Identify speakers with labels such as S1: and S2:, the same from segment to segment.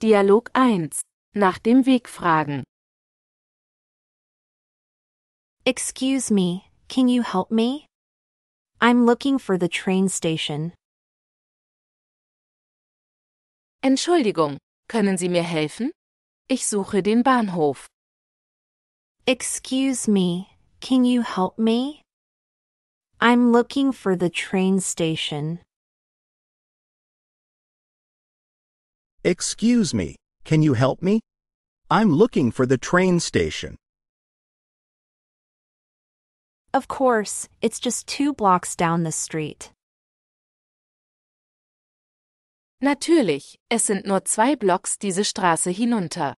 S1: Dialog 1. Nach dem Weg fragen.
S2: Excuse me, can you help me? I'm looking for the train station.
S1: Entschuldigung, können Sie mir helfen? Ich suche den Bahnhof.
S2: Excuse me, can you help me? I'm looking for the train station.
S3: Excuse me, can you help me? I'm looking for the train station.
S2: Of course, it's just two blocks down the street.
S1: Natürlich, es sind nur zwei Blocks diese Straße hinunter.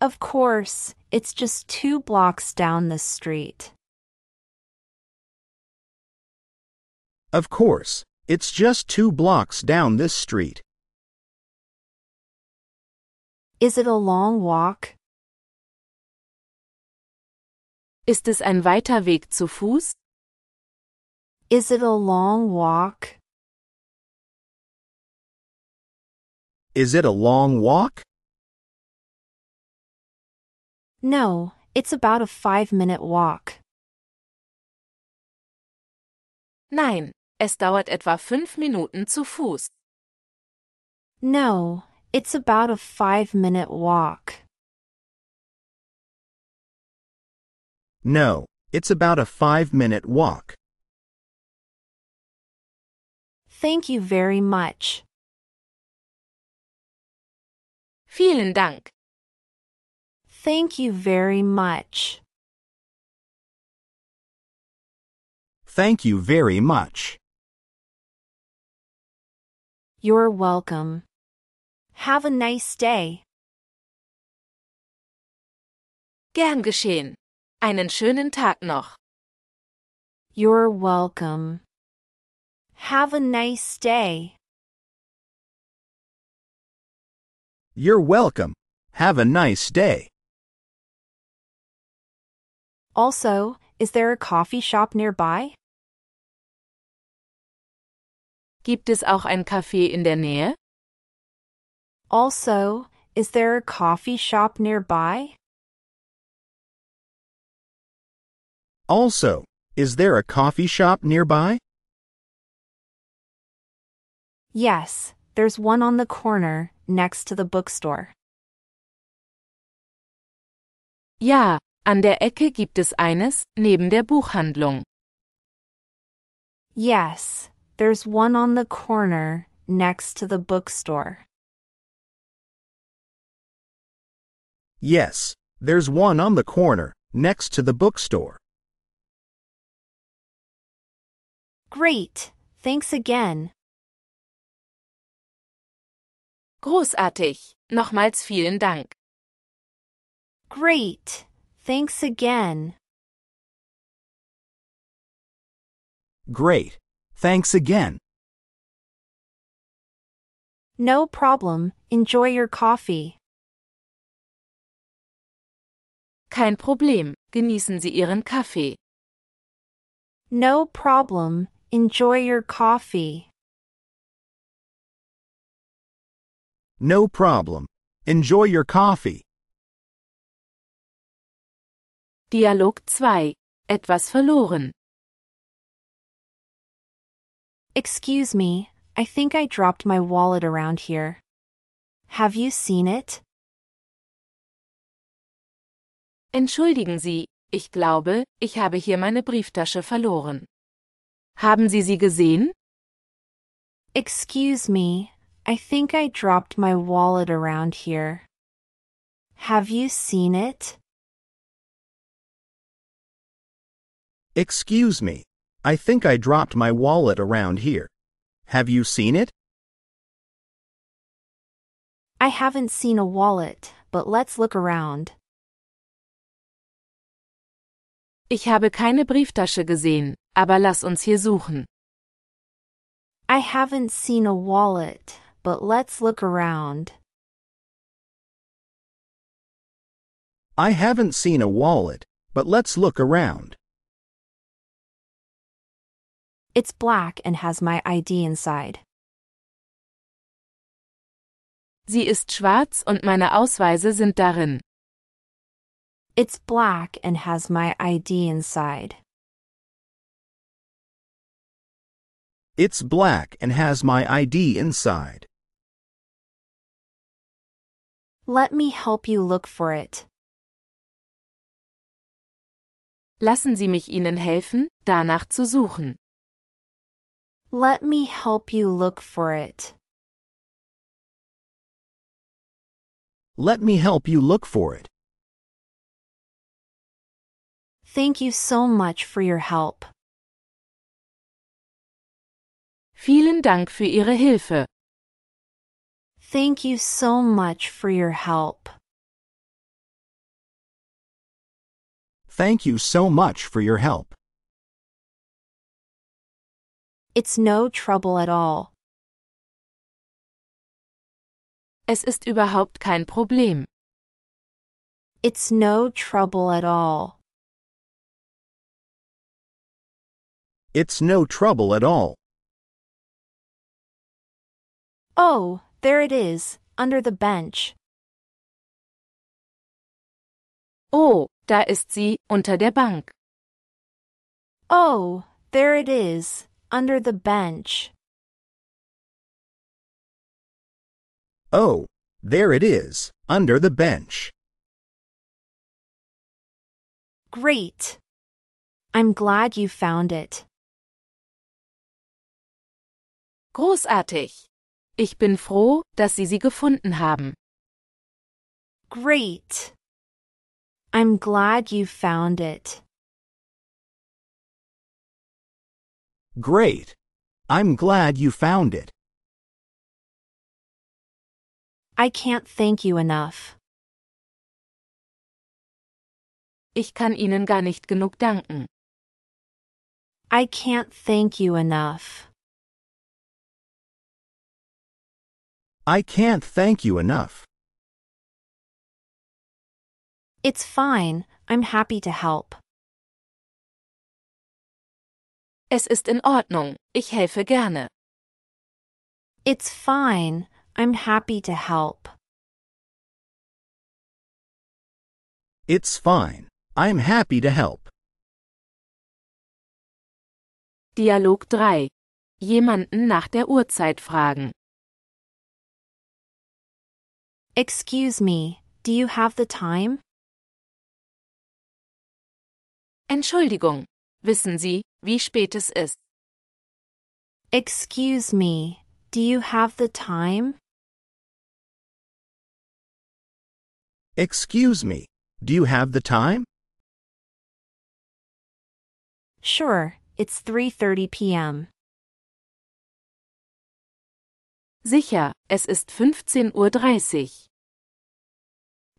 S2: Of course, it's just two blocks down the street.
S3: Of course, it's just two blocks down this street.
S2: Is it a long walk?
S1: Ist es ein weiter Weg zu Fuß?
S2: Is it a long walk?
S3: Is it a long walk?
S2: No, it's about a five minute walk.
S1: Nein, es dauert etwa fünf Minuten zu Fuß.
S2: No, it's about a five minute walk.
S3: No, it's about a five minute walk.
S2: Thank you very much.
S1: Vielen Dank.
S2: Thank you very much.
S3: Thank you very much.
S2: You're welcome. Have a nice day.
S1: Gern geschehen. Einen schönen Tag noch.
S2: You're welcome. Have a nice day.
S3: You're welcome. Have a nice day.
S2: Also, is there a coffee shop nearby?
S1: Gibt es auch ein Café in der Nähe?
S2: Also, is there a coffee shop nearby?
S3: Also, is there a coffee shop nearby?
S2: Yes, there's one on the corner, next to the bookstore.
S1: Ja, an der Ecke gibt es eines, neben der Buchhandlung.
S2: Yes, there's one on the corner, next to the bookstore.
S3: Yes, there's one on the corner, next to the bookstore.
S2: Great, thanks again.
S1: Großartig. Nochmals vielen Dank.
S2: Great, thanks again.
S3: Great. Thanks again.
S2: No problem, enjoy your coffee.
S1: Kein Problem. Genießen Sie Ihren Kaffee.
S2: No problem, enjoy your coffee.
S3: No problem. Enjoy your coffee.
S1: Dialog 2. Etwas verloren.
S2: Excuse me, I think I dropped my wallet around here. Have you seen it?
S1: Entschuldigen Sie, ich glaube, ich habe hier meine Brieftasche verloren. Haben Sie sie gesehen?
S2: Excuse me, I think I dropped my wallet around here. Have you seen it?
S3: Excuse me. I think I dropped my wallet around here. Have you seen it?
S2: I haven't seen a wallet, but let's look around.
S1: Ich habe keine Brieftasche gesehen, aber lass uns hier suchen.
S2: I haven't seen a wallet, but let's look around.
S3: I haven't seen a wallet, but let's look around.
S2: It's black and has my ID inside.
S1: Sie ist schwarz und meine Ausweise sind darin.
S2: It's black and has my ID inside.
S3: It's black and has my ID inside.
S2: Let me help you look for it.
S1: Lassen Sie mich Ihnen helfen, danach zu suchen.
S2: Let me help you look for it.
S3: Let me help you look for it.
S2: Thank you so much for your help.
S1: Vielen Dank für Ihre Hilfe.
S2: Thank you so much for your help.
S3: Thank you so much for your help.
S2: It's no trouble at all.
S1: Es ist überhaupt kein Problem.
S2: It's no trouble at all.
S3: It's no trouble at all.
S2: Oh, there it is, under the bench.
S1: Oh, da ist sie, unter der Bank.
S2: Oh, there it is, under the bench.
S3: Oh, there it is, under the bench.
S2: Great. I'm glad you found it.
S1: Großartig. Ich bin froh, dass Sie sie gefunden haben.
S2: Great. I'm glad you found it.
S3: Great. I'm glad you found it.
S2: I can't thank you enough.
S1: Ich kann Ihnen gar nicht genug danken.
S2: I can't thank you enough.
S3: I can't thank you enough.
S2: It's fine, I'm happy to help.
S1: Es ist in Ordnung, ich helfe gerne.
S2: It's fine, I'm happy to help.
S3: It's fine. I'm happy to help.
S1: Dialog 3. Jemanden nach der Uhrzeit fragen.
S2: Excuse me, do you have the time?
S1: Entschuldigung. Wissen Sie, wie spät es ist?
S2: Excuse me, do you have the time?
S3: Excuse me. Do you have the time?
S2: Sure, it's 3:30 p.m.
S1: Sicher, es ist 15.30 Uhr.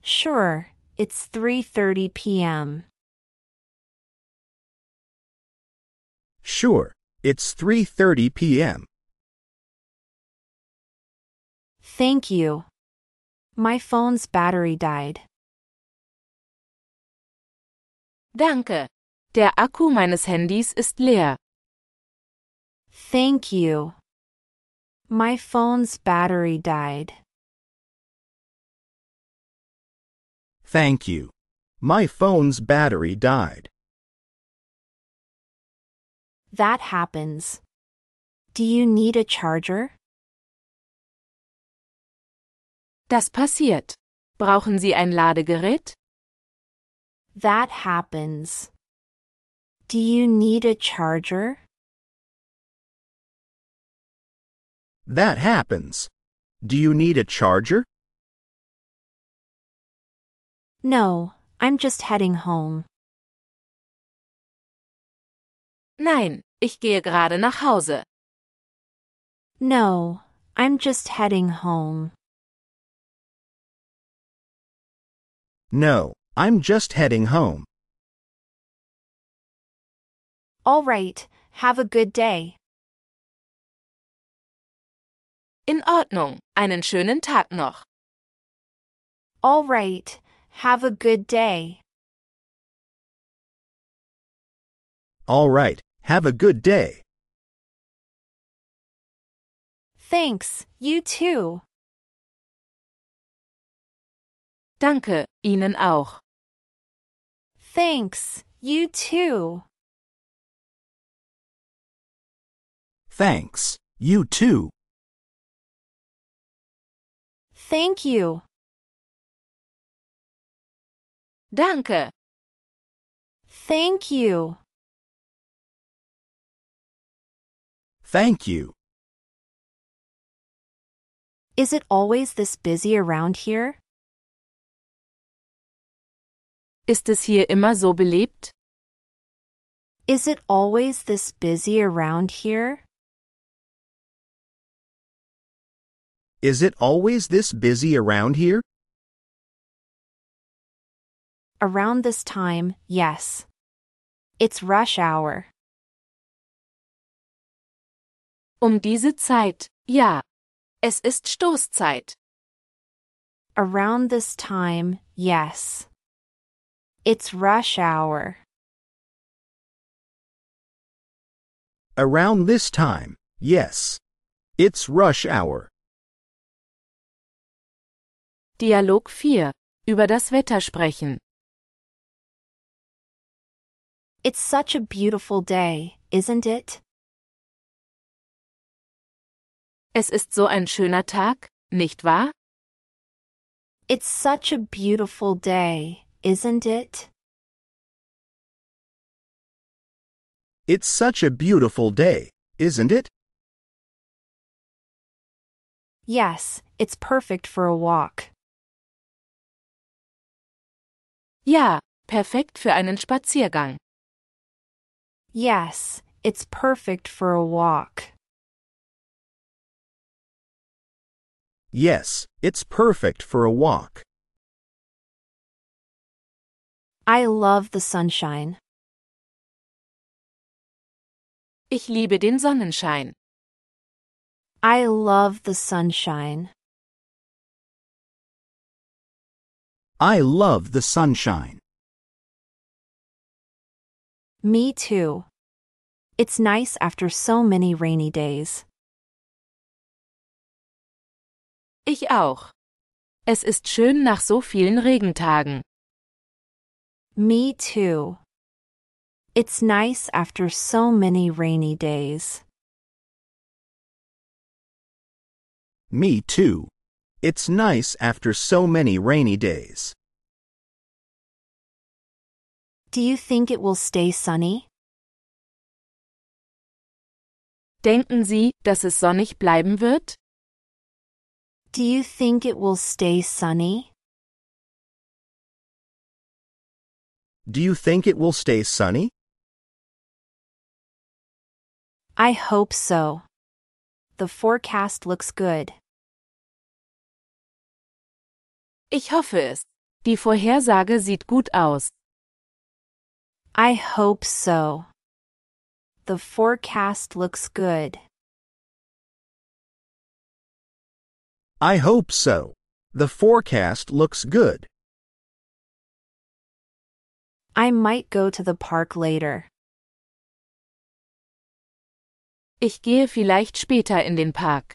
S2: Sure, it's 3:30 p.m.
S3: Sure. It's 3:30 p.m.
S2: Thank you. My phone's battery died.
S1: Danke. Der Akku meines Handys ist leer.
S2: Thank you. My phone's battery died.
S3: Thank you. My phone's battery died.
S2: That happens. Do you need a charger?
S1: Das passiert. Brauchen Sie ein Ladegerät?
S2: That happens. Do you need a charger?
S3: That happens. Do you need a charger?
S2: No, I'm just heading home.
S1: Nein, ich gehe gerade nach Hause.
S2: No, I'm just heading home.
S3: No, I'm just heading home.
S2: All right, have a good day.
S1: In Ordnung. Einen schönen Tag noch.
S2: All right, have a good day.
S3: All right. Have a good day.
S2: Thanks, you too.
S1: Danke, Ihnen auch.
S2: Thanks, you too.
S3: Thanks. You too.
S2: Thank you.
S1: Danke,
S2: Thank you.
S3: Thank you.
S2: Is it always this busy around here?
S1: ist es hier immer so belebt?
S2: Is it always this busy around here?
S3: Is it always this busy around here?
S2: Around this time, yes. It's rush hour.
S1: Um diese Zeit, ja. Es ist Stoßzeit.
S2: Around this time, yes. It's rush hour.
S3: Around this time, yes. It's rush hour.
S1: Dialog 4. Über das Wetter sprechen.
S2: It's such a beautiful day, isn't it?
S1: Es ist so ein schöner Tag, nicht wahr?
S2: It's such a beautiful day, isn't it?
S3: It's such a beautiful day, isn't it?
S2: Yes, it's perfect for a walk.
S1: Ja, perfekt für einen Spaziergang.
S2: Yes, it's perfect for a walk.
S3: Yes, it's perfect for a walk.
S2: I love the sunshine.
S1: Ich liebe den Sonnenschein.
S2: I love the sunshine.
S3: I love the sunshine.
S2: Me too. It's nice after so many rainy days.
S1: Ich auch. Es ist schön nach so vielen Regentagen.
S2: Me too. It's nice after so many rainy days.
S3: Me too. It's nice after so many rainy days.
S2: Do you think it will stay sunny?
S1: Denken Sie, dass es sonnig bleiben wird?
S2: Do you think it will stay sunny?
S3: Do you think it will stay sunny?
S2: I hope so. The forecast looks good.
S1: Ich hoffe es. Die Vorhersage sieht gut aus.
S2: I hope so. The forecast looks good.
S3: I hope so. The forecast looks good.
S2: I might go to the park later.
S1: Ich gehe vielleicht später in den Park.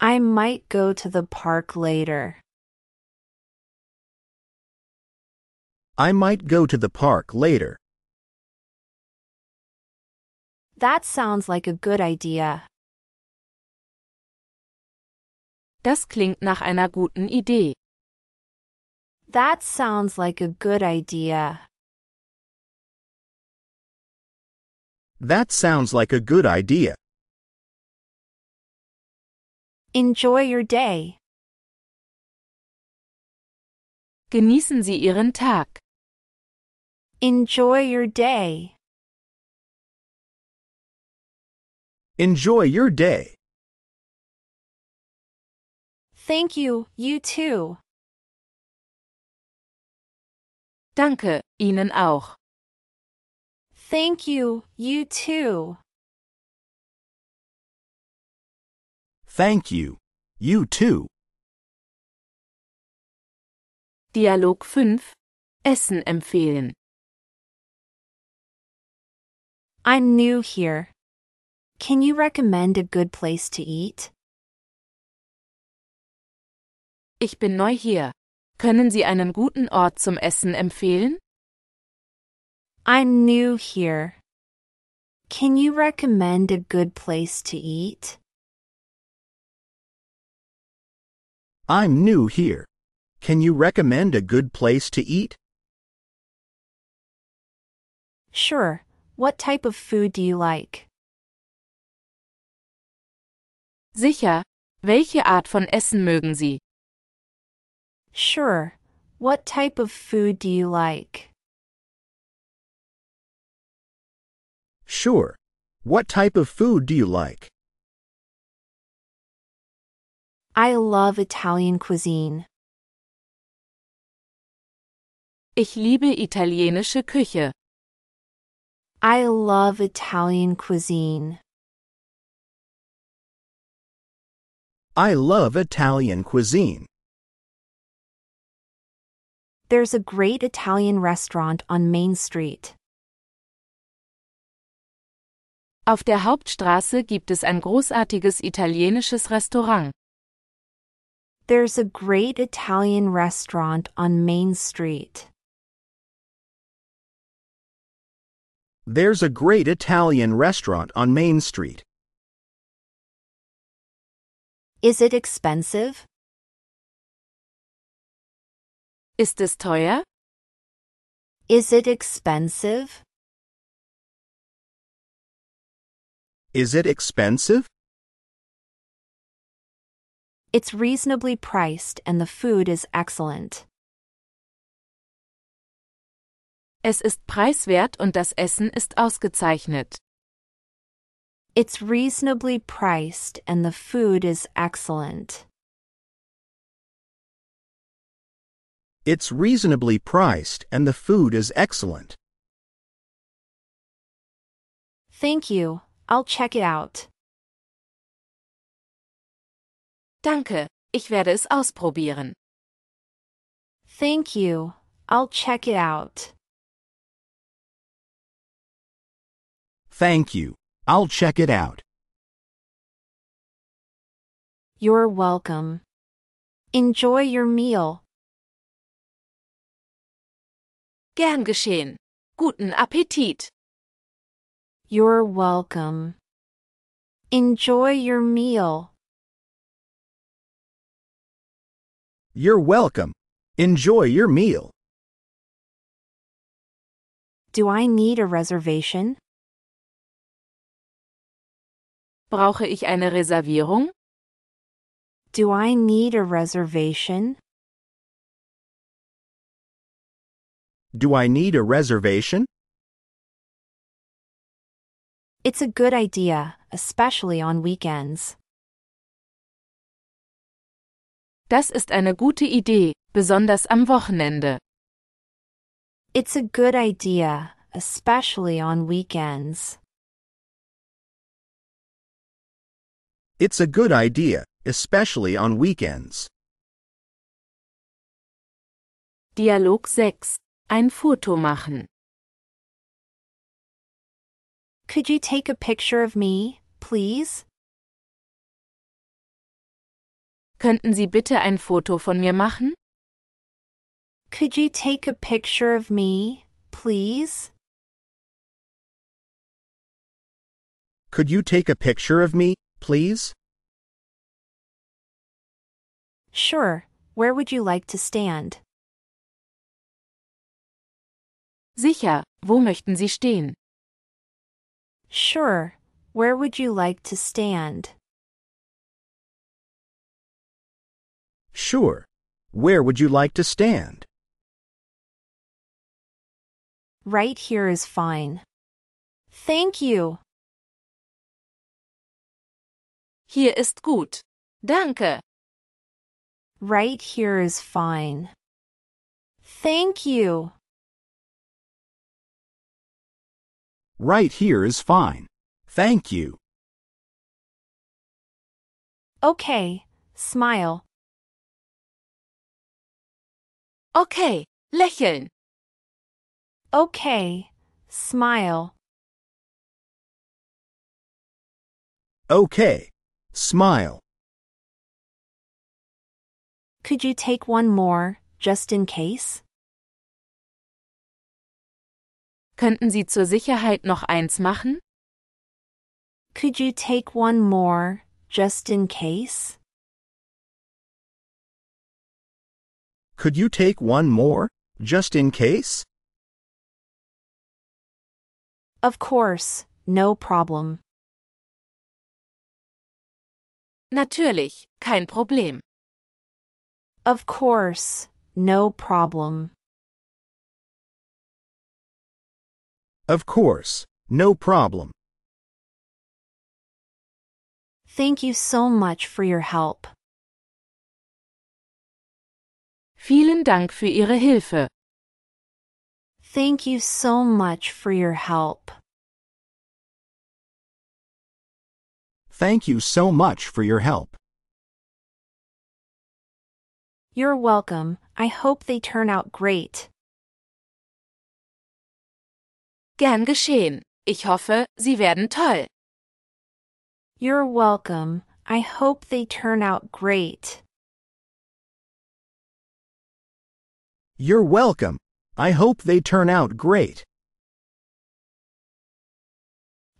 S2: I might go to the park later.
S3: I might go to the park later.
S2: That sounds like a good idea.
S1: Das klingt nach einer guten Idee.
S2: That sounds like a good idea.
S3: That sounds like a good idea.
S2: Enjoy your day.
S1: Genießen Sie Ihren Tag.
S2: Enjoy your day.
S3: Enjoy your day.
S2: Thank you, you too.
S1: Danke, Ihnen auch.
S2: Thank you, you too.
S3: Thank you. You too.
S1: Dialog 5. Essen empfehlen.
S2: I'm new here. Can you recommend a good place to eat?
S1: Ich bin neu hier. Können Sie einen guten Ort zum Essen empfehlen?
S2: I'm new here. Can you recommend a good place to eat?
S3: I'm new here. Can you recommend a good place to eat?
S2: Sure. What type of food do you like?
S1: Sicher. Welche Art von Essen mögen Sie?
S2: Sure. What type of food do you like?
S3: Sure. What type of food do you like?
S2: I love Italian cuisine.
S1: Ich liebe italienische Küche.
S2: I love Italian cuisine.
S3: I love Italian cuisine.
S2: There's a great Italian restaurant on Main Street.
S1: Auf der Hauptstraße gibt es ein großartiges italienisches Restaurant.
S2: There's a great Italian restaurant on Main Street.
S3: There's a great Italian restaurant on Main Street.
S2: Is it expensive?
S1: Ist es teuer?
S2: Is it expensive?
S3: Is it expensive?
S2: It's reasonably priced and the food is excellent.
S1: Es ist preiswert und das Essen ist ausgezeichnet.
S2: It's reasonably priced and the food is excellent.
S3: It's reasonably priced and the food is excellent.
S2: Thank you. I'll check it out.
S1: Danke, ich werde es ausprobieren.
S2: Thank you. I'll check it out.
S3: Thank you. I'll check it out.
S2: You're welcome. Enjoy your meal.
S1: Gern geschehen. Guten Appetit.
S2: You're welcome. Enjoy your meal.
S3: You're welcome. Enjoy your meal.
S2: Do I need a reservation?
S1: Brauche ich eine Reservierung?
S2: Do I need a reservation?
S3: Do I need a reservation?
S2: It's a good idea, especially on weekends.
S1: Das ist eine gute Idee, besonders am Wochenende.
S2: It's a good idea, especially on weekends.
S3: It's a good idea, especially on weekends.
S1: Dialog 6. Ein Foto machen.
S2: Could you take a picture of me, please?
S1: Könnten Sie bitte ein Foto von mir machen?
S2: Could you take a picture of me, please?
S3: Could you take a picture of me, please?
S2: Sure. Where would you like to stand?
S1: Sicher, wo möchten Sie stehen?
S2: Sure. Where would you like to stand?
S3: Sure. Where would you like to stand?
S2: Right here is fine. Thank you.
S1: Hier ist gut. Danke.
S2: Right here is fine. Thank you.
S3: Right here is fine. Thank you.
S2: Okay. Smile.
S1: Okay, lächeln.
S2: Okay. Smile.
S3: Okay. Smile.
S2: Could you take one more, just in case?
S1: Könnten Sie zur Sicherheit noch eins machen?
S2: Could you take one more, just in case?
S3: Could you take one more, just in case?
S2: Of course, no problem.
S1: Natürlich, kein Problem.
S2: Of course, no problem.
S3: Of course, no problem.
S2: Thank you so much for your help.
S1: Vielen Dank für Ihre Hilfe.
S2: Thank you so much for your help.
S3: Thank you so much for your help.
S2: You're welcome. I hope they turn out great.
S1: Gern geschehen. Ich hoffe, Sie werden toll.
S2: You're welcome. I hope they turn out great.
S3: You're welcome. I hope they turn out great.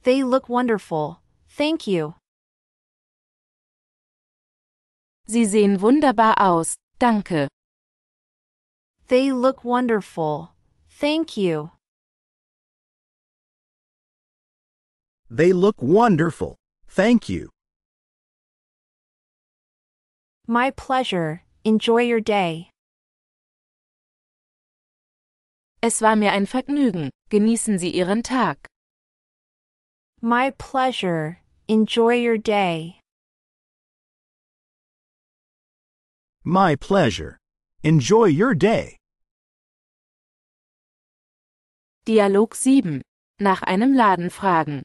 S2: They look wonderful. Thank you.
S1: Sie sehen wunderbar aus, danke.
S2: They look wonderful. Thank you.
S3: They look wonderful. Thank you.
S2: My pleasure. Enjoy your day.
S1: Es war mir ein Vergnügen. Genießen Sie Ihren Tag.
S2: My pleasure. Enjoy your day.
S3: My pleasure. Enjoy your day.
S1: Dialog 7. Nach einem Laden fragen.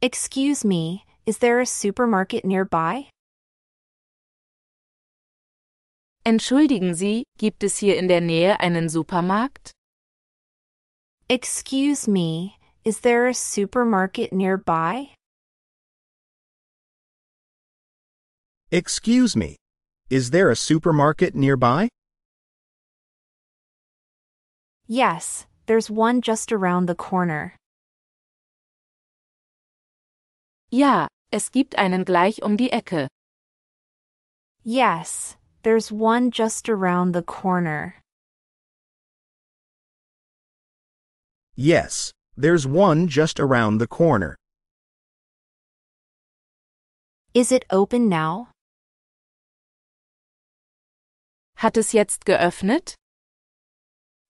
S2: Excuse me, is there a supermarket nearby?
S1: Entschuldigen Sie, gibt es hier in der Nähe einen Supermarkt?
S2: Excuse me, is there a supermarket nearby?
S3: Excuse me. Is there a supermarket nearby?
S2: Yes, there's one just around the corner.
S1: Ja, es gibt einen gleich um die Ecke.
S2: Yes, there's one just around the corner.
S3: Yes, there's one just around the corner.
S2: Is it open now?
S1: Hat es jetzt geöffnet?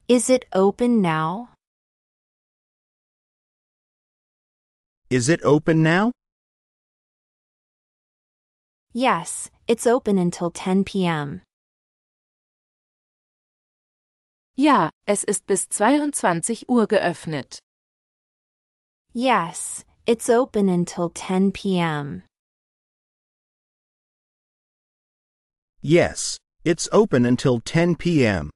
S2: Is it open now?
S3: Is it open now?
S2: Yes, it's open until 10 p.m.
S1: Ja, es ist bis 22 Uhr geöffnet.
S2: Yes, it's open until 10 p.m.
S3: Yes, it's open until 10 p.m.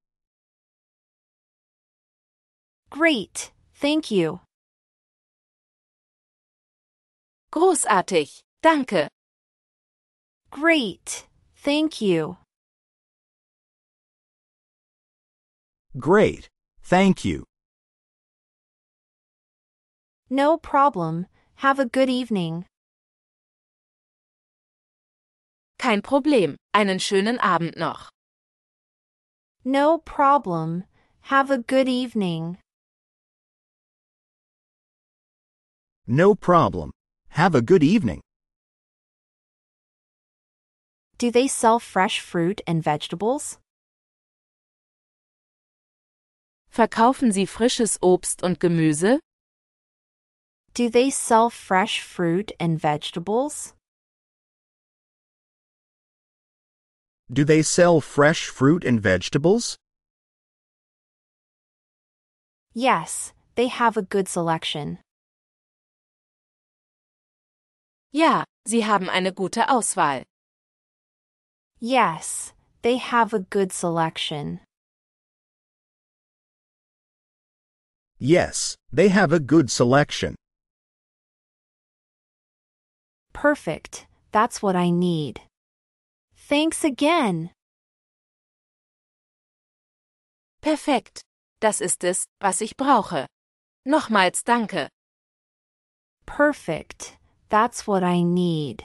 S2: Great, thank you.
S1: Großartig, danke.
S2: Great, thank you.
S3: Great. Thank you.
S2: No problem. Have a good evening.
S1: Kein Problem, einen schönen Abend noch.
S2: No problem. Have a good evening.
S3: No problem. Have a good evening.
S2: Do they sell fresh fruit and vegetables?
S1: Verkaufen Sie frisches Obst und Gemüse?
S2: Do they sell fresh fruit and vegetables?
S3: Do they sell fresh fruit and vegetables?
S2: Yes, they have a good selection.
S1: Ja, Sie haben eine gute Auswahl.
S2: Yes, they have a good selection.
S3: Yes, they have a good selection.
S2: Perfect. That's what I need. Thanks again.
S1: Perfekt. Das ist es, was ich brauche. Nochmals danke.
S2: Perfect. That's what I need.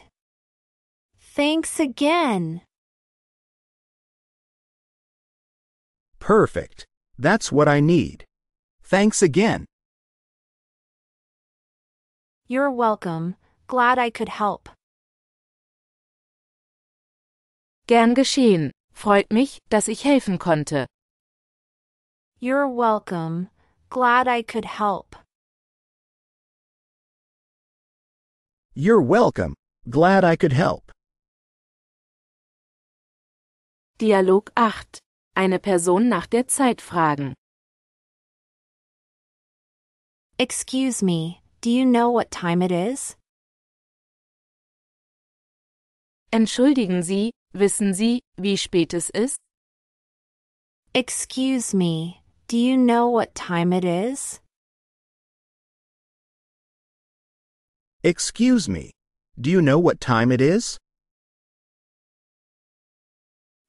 S2: Thanks again.
S3: Perfect. That's what I need. Thanks again.
S2: You're welcome. Glad I could help.
S1: Gern geschehen. Freut mich, dass ich helfen konnte.
S2: You're welcome. Glad I could help.
S3: You're welcome. Glad I could help.
S1: Dialog 8. Eine Person nach der Zeit fragen.
S2: Excuse me, do you know what time it is?
S1: Entschuldigen Sie, wissen Sie, wie spät es ist?
S2: Excuse me, do you know what time it is?
S3: Excuse me. Do you know what time it is?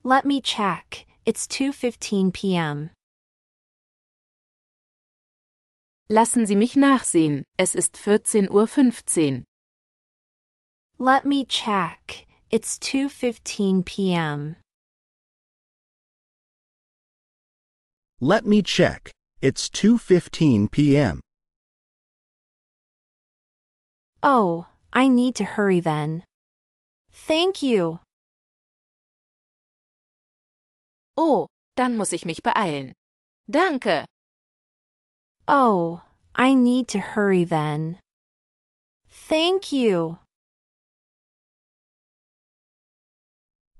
S2: Let me check. It's 2:15 p.m.
S1: Lassen Sie mich nachsehen. Es ist 14.15 Uhr.
S2: Let me check. It's 2:15 p.m.
S3: Let me check. It's 2:15 p.m.
S2: Oh, I need to hurry then. Thank you.
S1: Oh, dann muss ich mich beeilen. Danke.
S2: Oh, I need to hurry then. Thank you.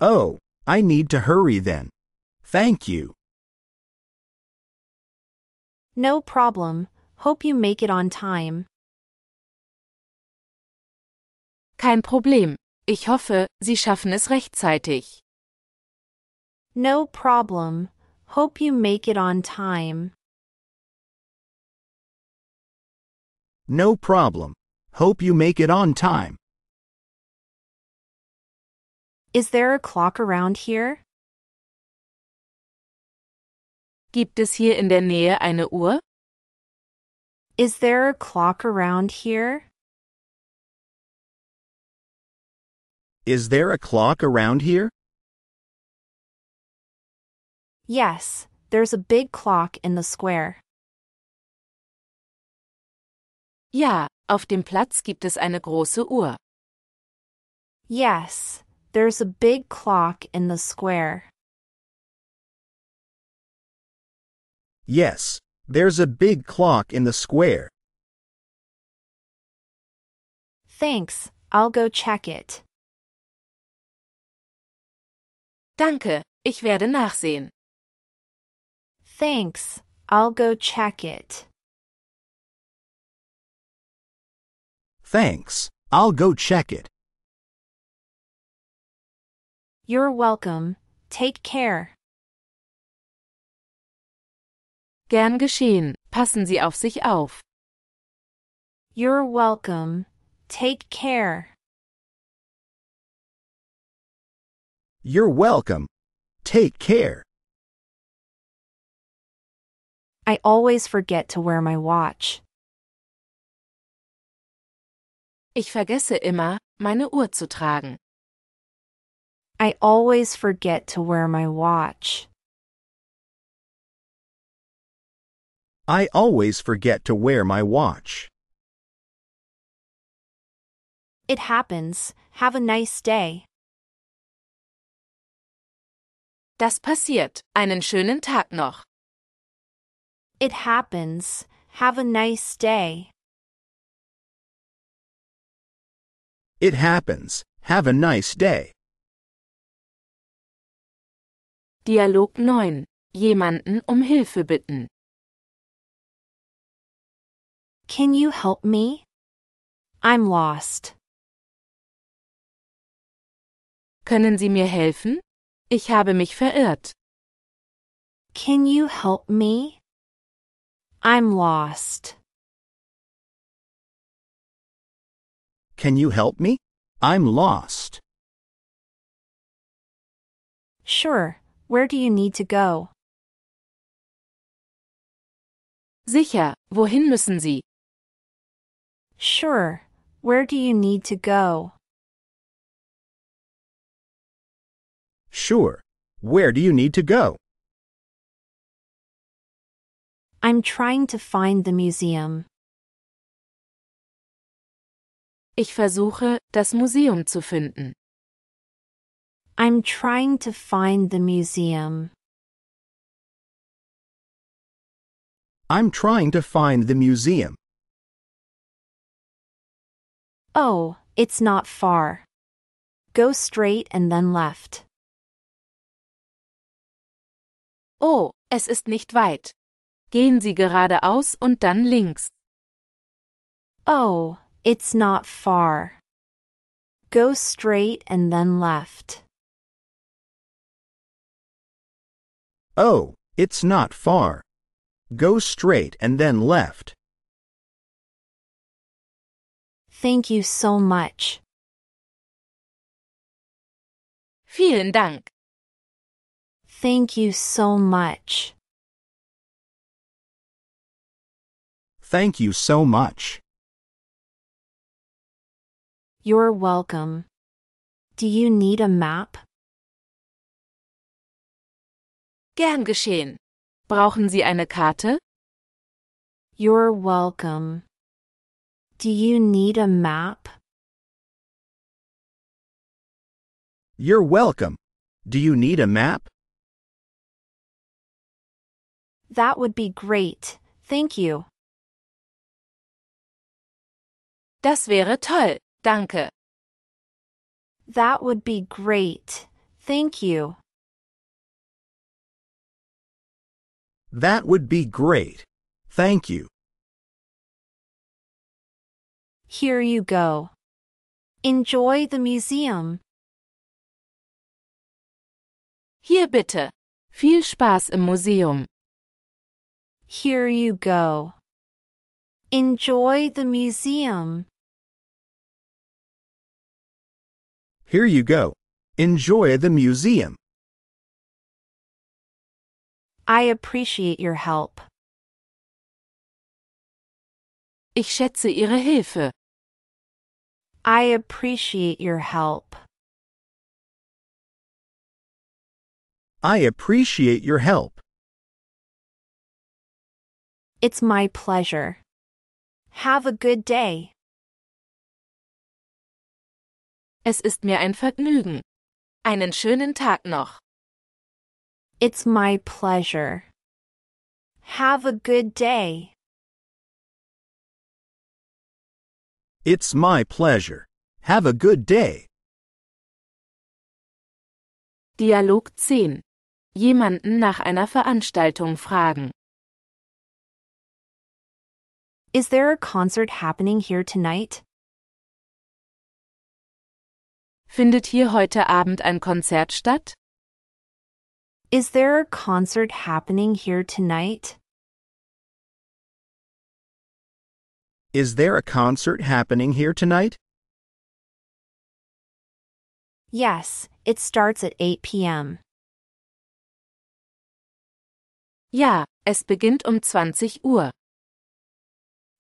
S3: Oh, I need to hurry then. Thank you.
S2: No problem. Hope you make it on time.
S1: Kein Problem. Ich hoffe, Sie schaffen es rechtzeitig.
S2: No problem. Hope you make it on time.
S3: No problem. Hope you make it on time.
S2: Is there a clock around here?
S1: Gibt es hier in der Nähe eine Uhr?
S2: Is there a clock around here?
S3: Is there a clock around here?
S2: Yes, there's a big clock in the square.
S1: Ja, auf dem Platz gibt es eine große Uhr.
S2: Yes, there's a big clock in the square.
S3: Yes, there's a big clock in the square.
S2: Thanks, I'll go check it.
S1: Danke, ich werde nachsehen.
S2: Thanks, I'll go check it.
S3: Thanks. I'll go check it.
S2: You're welcome. Take care.
S1: Gern geschehen. Passen Sie auf sich auf.
S2: You're welcome. Take care.
S3: You're welcome. Take care.
S2: I always forget to wear my watch.
S1: Ich vergesse immer, meine Uhr zu tragen.
S2: I always forget to wear my watch.
S3: I always forget to wear my watch.
S2: It happens. Have a nice day.
S1: Das passiert. Einen schönen Tag noch.
S2: It happens. Have a nice day.
S3: It happens. Have a nice day.
S1: Dialog 9. Jemanden um Hilfe bitten.
S2: Can you help me? I'm lost.
S1: Können Sie mir helfen? Ich habe mich verirrt.
S2: Can you help me? I'm lost.
S3: Can you help me? I'm lost.
S2: Sure. Where do you need to go?
S1: Sicher, wohin müssen Sie?
S2: Sure. Where do you need to go?
S3: Sure. Where do you need to go?
S2: I'm trying to find the museum.
S1: Ich versuche, das Museum zu finden.
S2: I'm trying to find the museum.
S3: I'm trying to find the museum.
S2: Oh, it's not far. Go straight and then left.
S1: Oh, es ist nicht weit. Gehen Sie geradeaus und dann links.
S2: Oh, it's not far. Go straight and then left.
S3: Oh, it's not far. Go straight and then left.
S2: Thank you so much.
S1: Vielen Dank.
S2: Thank you so much.
S3: Thank you so much.
S2: You're welcome. Do you need a map?
S1: Gern geschehen. Brauchen Sie eine Karte?
S2: You're welcome. Do you need a map?
S3: You're welcome. Do you need a map?
S2: That would be great. Thank you.
S1: Das wäre toll. Danke.
S2: That would be great. Thank you.
S3: That would be great. Thank you.
S2: Here you go. Enjoy the museum.
S1: Hier bitte. Viel Spaß im Museum.
S2: Here you go. Enjoy the museum.
S3: Here you go. Enjoy the museum.
S2: I appreciate your help.
S1: Ich schätze Ihre Hilfe.
S2: I appreciate your help.
S3: I appreciate your help.
S2: It's my pleasure. Have a good day.
S1: Es ist mir ein Vergnügen. Einen schönen Tag noch.
S2: It's my pleasure. Have a good day.
S3: It's my pleasure. Have a good day.
S1: Dialog 10. Jemanden nach einer Veranstaltung fragen.
S2: Is there a concert happening here tonight?
S1: Findet hier heute Abend ein Konzert statt?
S2: Is there a concert happening here tonight?
S3: Is there a concert happening here tonight?
S2: Yes, it starts at 8 p.m.
S1: Ja, es beginnt um 20 Uhr.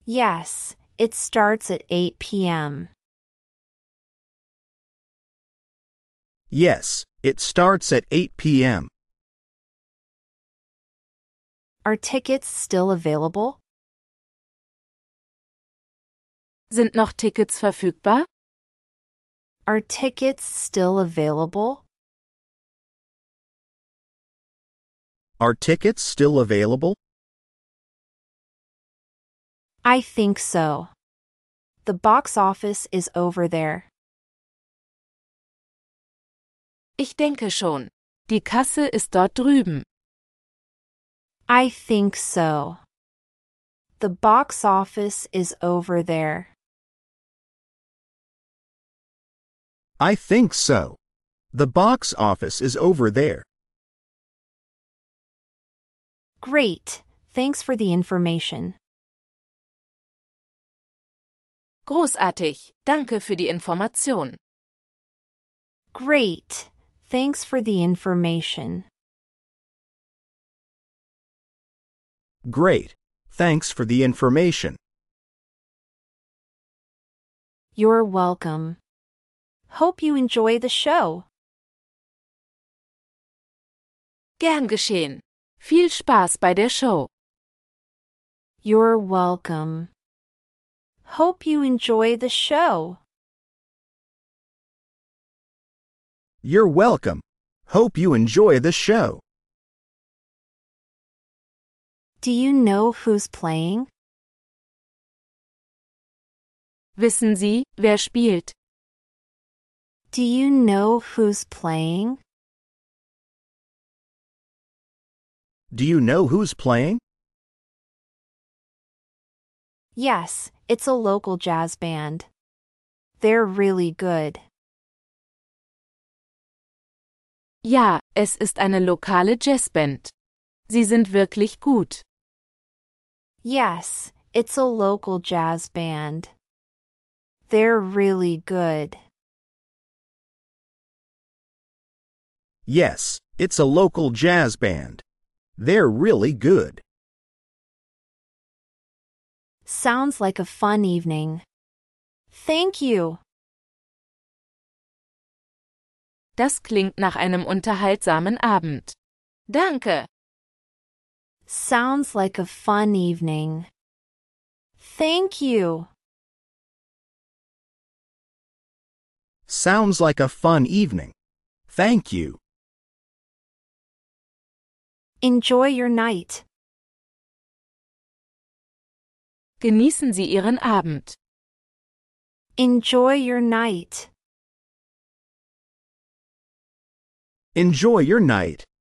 S2: Yes, it starts at 8 p.m.
S3: Yes, it starts at 8 p.m.
S2: Are tickets still available?
S1: Sind noch Tickets verfügbar?
S2: Are tickets still available?
S3: Are tickets still available?
S2: I think so. The box office is over there.
S1: Ich denke schon. Die Kasse ist dort drüben.
S2: I think so. The box office is over there.
S3: I think so. The box office is over there.
S2: Great. Thanks for the information.
S1: Großartig. Danke für die Information.
S2: Great. Thanks for the information.
S3: Great. Thanks for the information.
S2: You're welcome. Hope you enjoy the show.
S1: Gern geschehen. Viel Spaß bei der Show.
S2: You're welcome. Hope you enjoy the show.
S3: You're welcome. Hope you enjoy the show.
S2: Do you know who's playing?
S1: Wissen Sie, wer spielt?
S2: Do you know who's playing?
S3: Do you know who's playing?
S2: Yes, it's a local jazz band. They're really good.
S1: Ja, es ist eine lokale Jazzband. Sie sind wirklich gut.
S2: Yes, it's a local jazz band. They're really good.
S3: Yes, it's a local jazz band. They're really good.
S2: Sounds like a fun evening. Thank you.
S1: Das klingt nach einem unterhaltsamen Abend. Danke.
S2: Sounds like a fun evening. Thank you.
S3: Sounds like a fun evening. Thank you.
S2: Enjoy your night.
S1: Genießen Sie Ihren Abend.
S2: Enjoy your night.
S3: Enjoy your night.